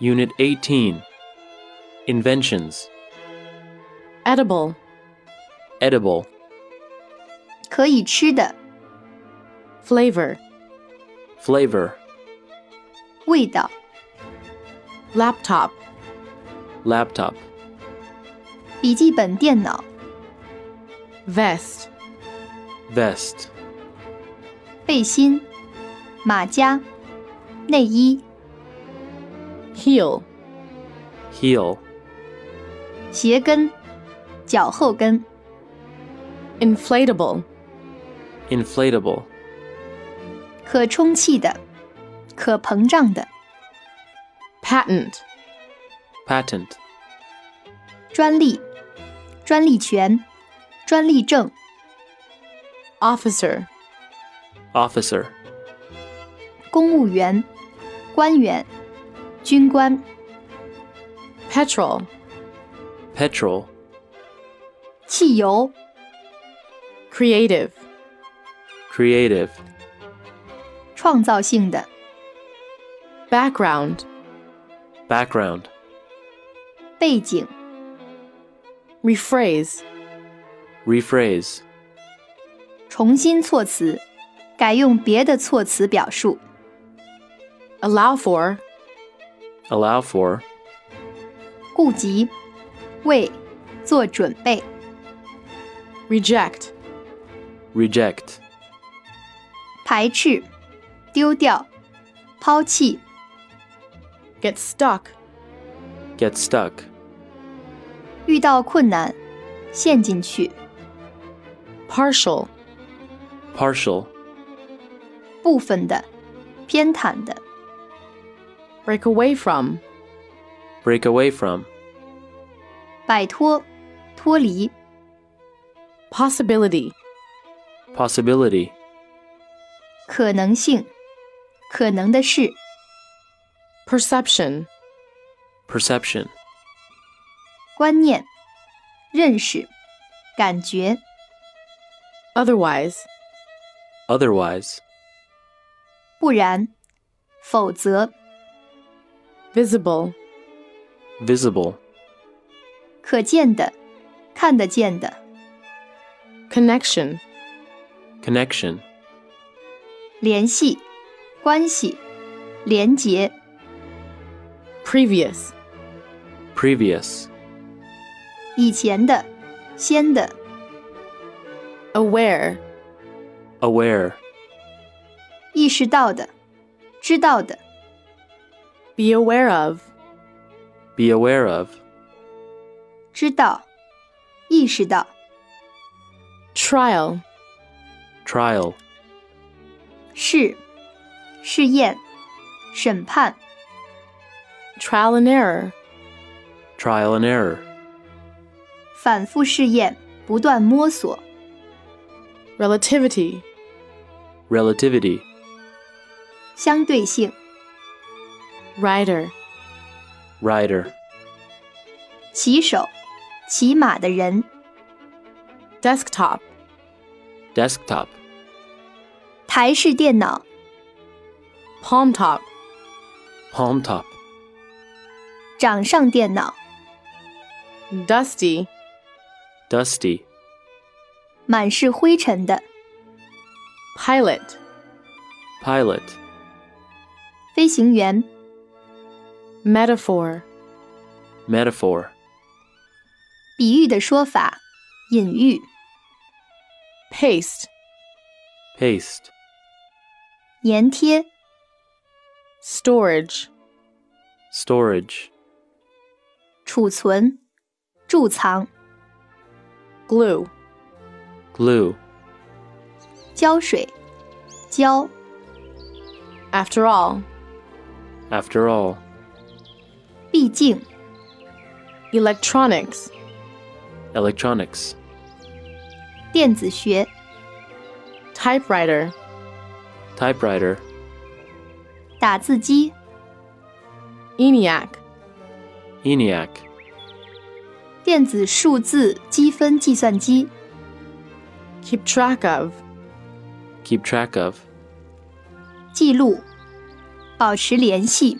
Unit 18 Inventions edible, Edible 可以吃的 flavor, Flavor 味道， laptop, Laptop 笔记本电脑， vest, Vest 背心，马甲，内衣， heel, Heel 鞋跟，脚后跟， inflatable, Inflatable 可充气的，可膨胀的， patent, Patent 专利，专利权，专利证， officer, Officer 公务员，官员，军官， petrol, Petrol 汽油， creative, Creative 创造性的， background, Background 背景， rephrase, Rephrase 重新措辞，改用别的措辞表述， allow for, Allow for 顾及，为，做准备， reject, Reject 排斥，丢掉，抛弃， get stuck, Get stuck 遇到困难，陷进去， partial, Partial 部分的，偏袒的， break away from, Break away from 摆脱，脱离， possibility, Possibility 可能性，可能的事， perception, Perception 观念，认识，感觉， otherwise, Otherwise 不然，否则， visible, Visible 可见的，看得见的。 connection, Connection 联系、关系、联结、 previous, Previous 以前的、先的、 aware, Aware 意识到的、知道的、 be aware of, Be aware of 知道、意识到、 trial, Trial 试、试验、审判、 trial and error, Trial and error 反复试验、不断摸索、 relativity, Relativity 相对性、 rider, Rider 骑手、骑马的人、 desktop, Desktop 台式电脑、 palm top, Palm top 掌上电脑、 dusty, Dusty 满是灰尘的、 pilot, Pilot 飞行员、 metaphor, Metaphor 比喻的说法、隐喻、 paste, Paste 粘贴、 storage, Storage 储存、贮藏。 glue, Glue 胶水、胶、 after all, After all 毕竟、 electronics, Electronics 电子学、 typewriter, Typewriter 打字机、 ENIAC, ENIAC 电子数字积分计算机、 keep track of, Keep track of 记录、保持联系、